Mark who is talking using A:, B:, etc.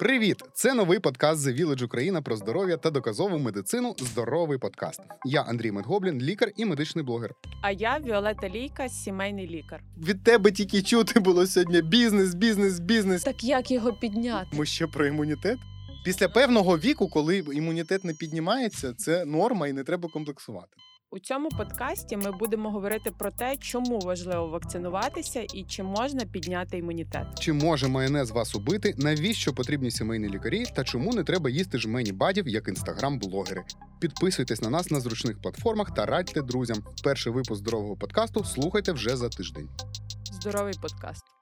A: Привіт! Це новий подкаст The Village Україна про здоров'я та доказову медицину. Здоровий подкаст. Я Андрій Медгоблін, лікар і медичний блогер.
B: А я Віолета Лійка, сімейний лікар.
C: Від тебе тільки чути було сьогодні бізнес, бізнес, бізнес.
D: Так як його підняти?
C: Ми ще про імунітет. Після певного віку, коли імунітет не піднімається, це норма і не треба комплексувати.
B: У цьому подкасті ми будемо говорити про те, чому важливо вакцинуватися і чи можна підняти імунітет.
A: Чи може майонез вас убити? Навіщо потрібні сімейні лікарі? Та чому не треба їсти жмені бадів як інстаграм-блогери? Підписуйтесь на нас на зручних платформах та радьте друзям. Перший випуск здорового подкасту слухайте вже за тиждень.
B: Здоровий подкаст.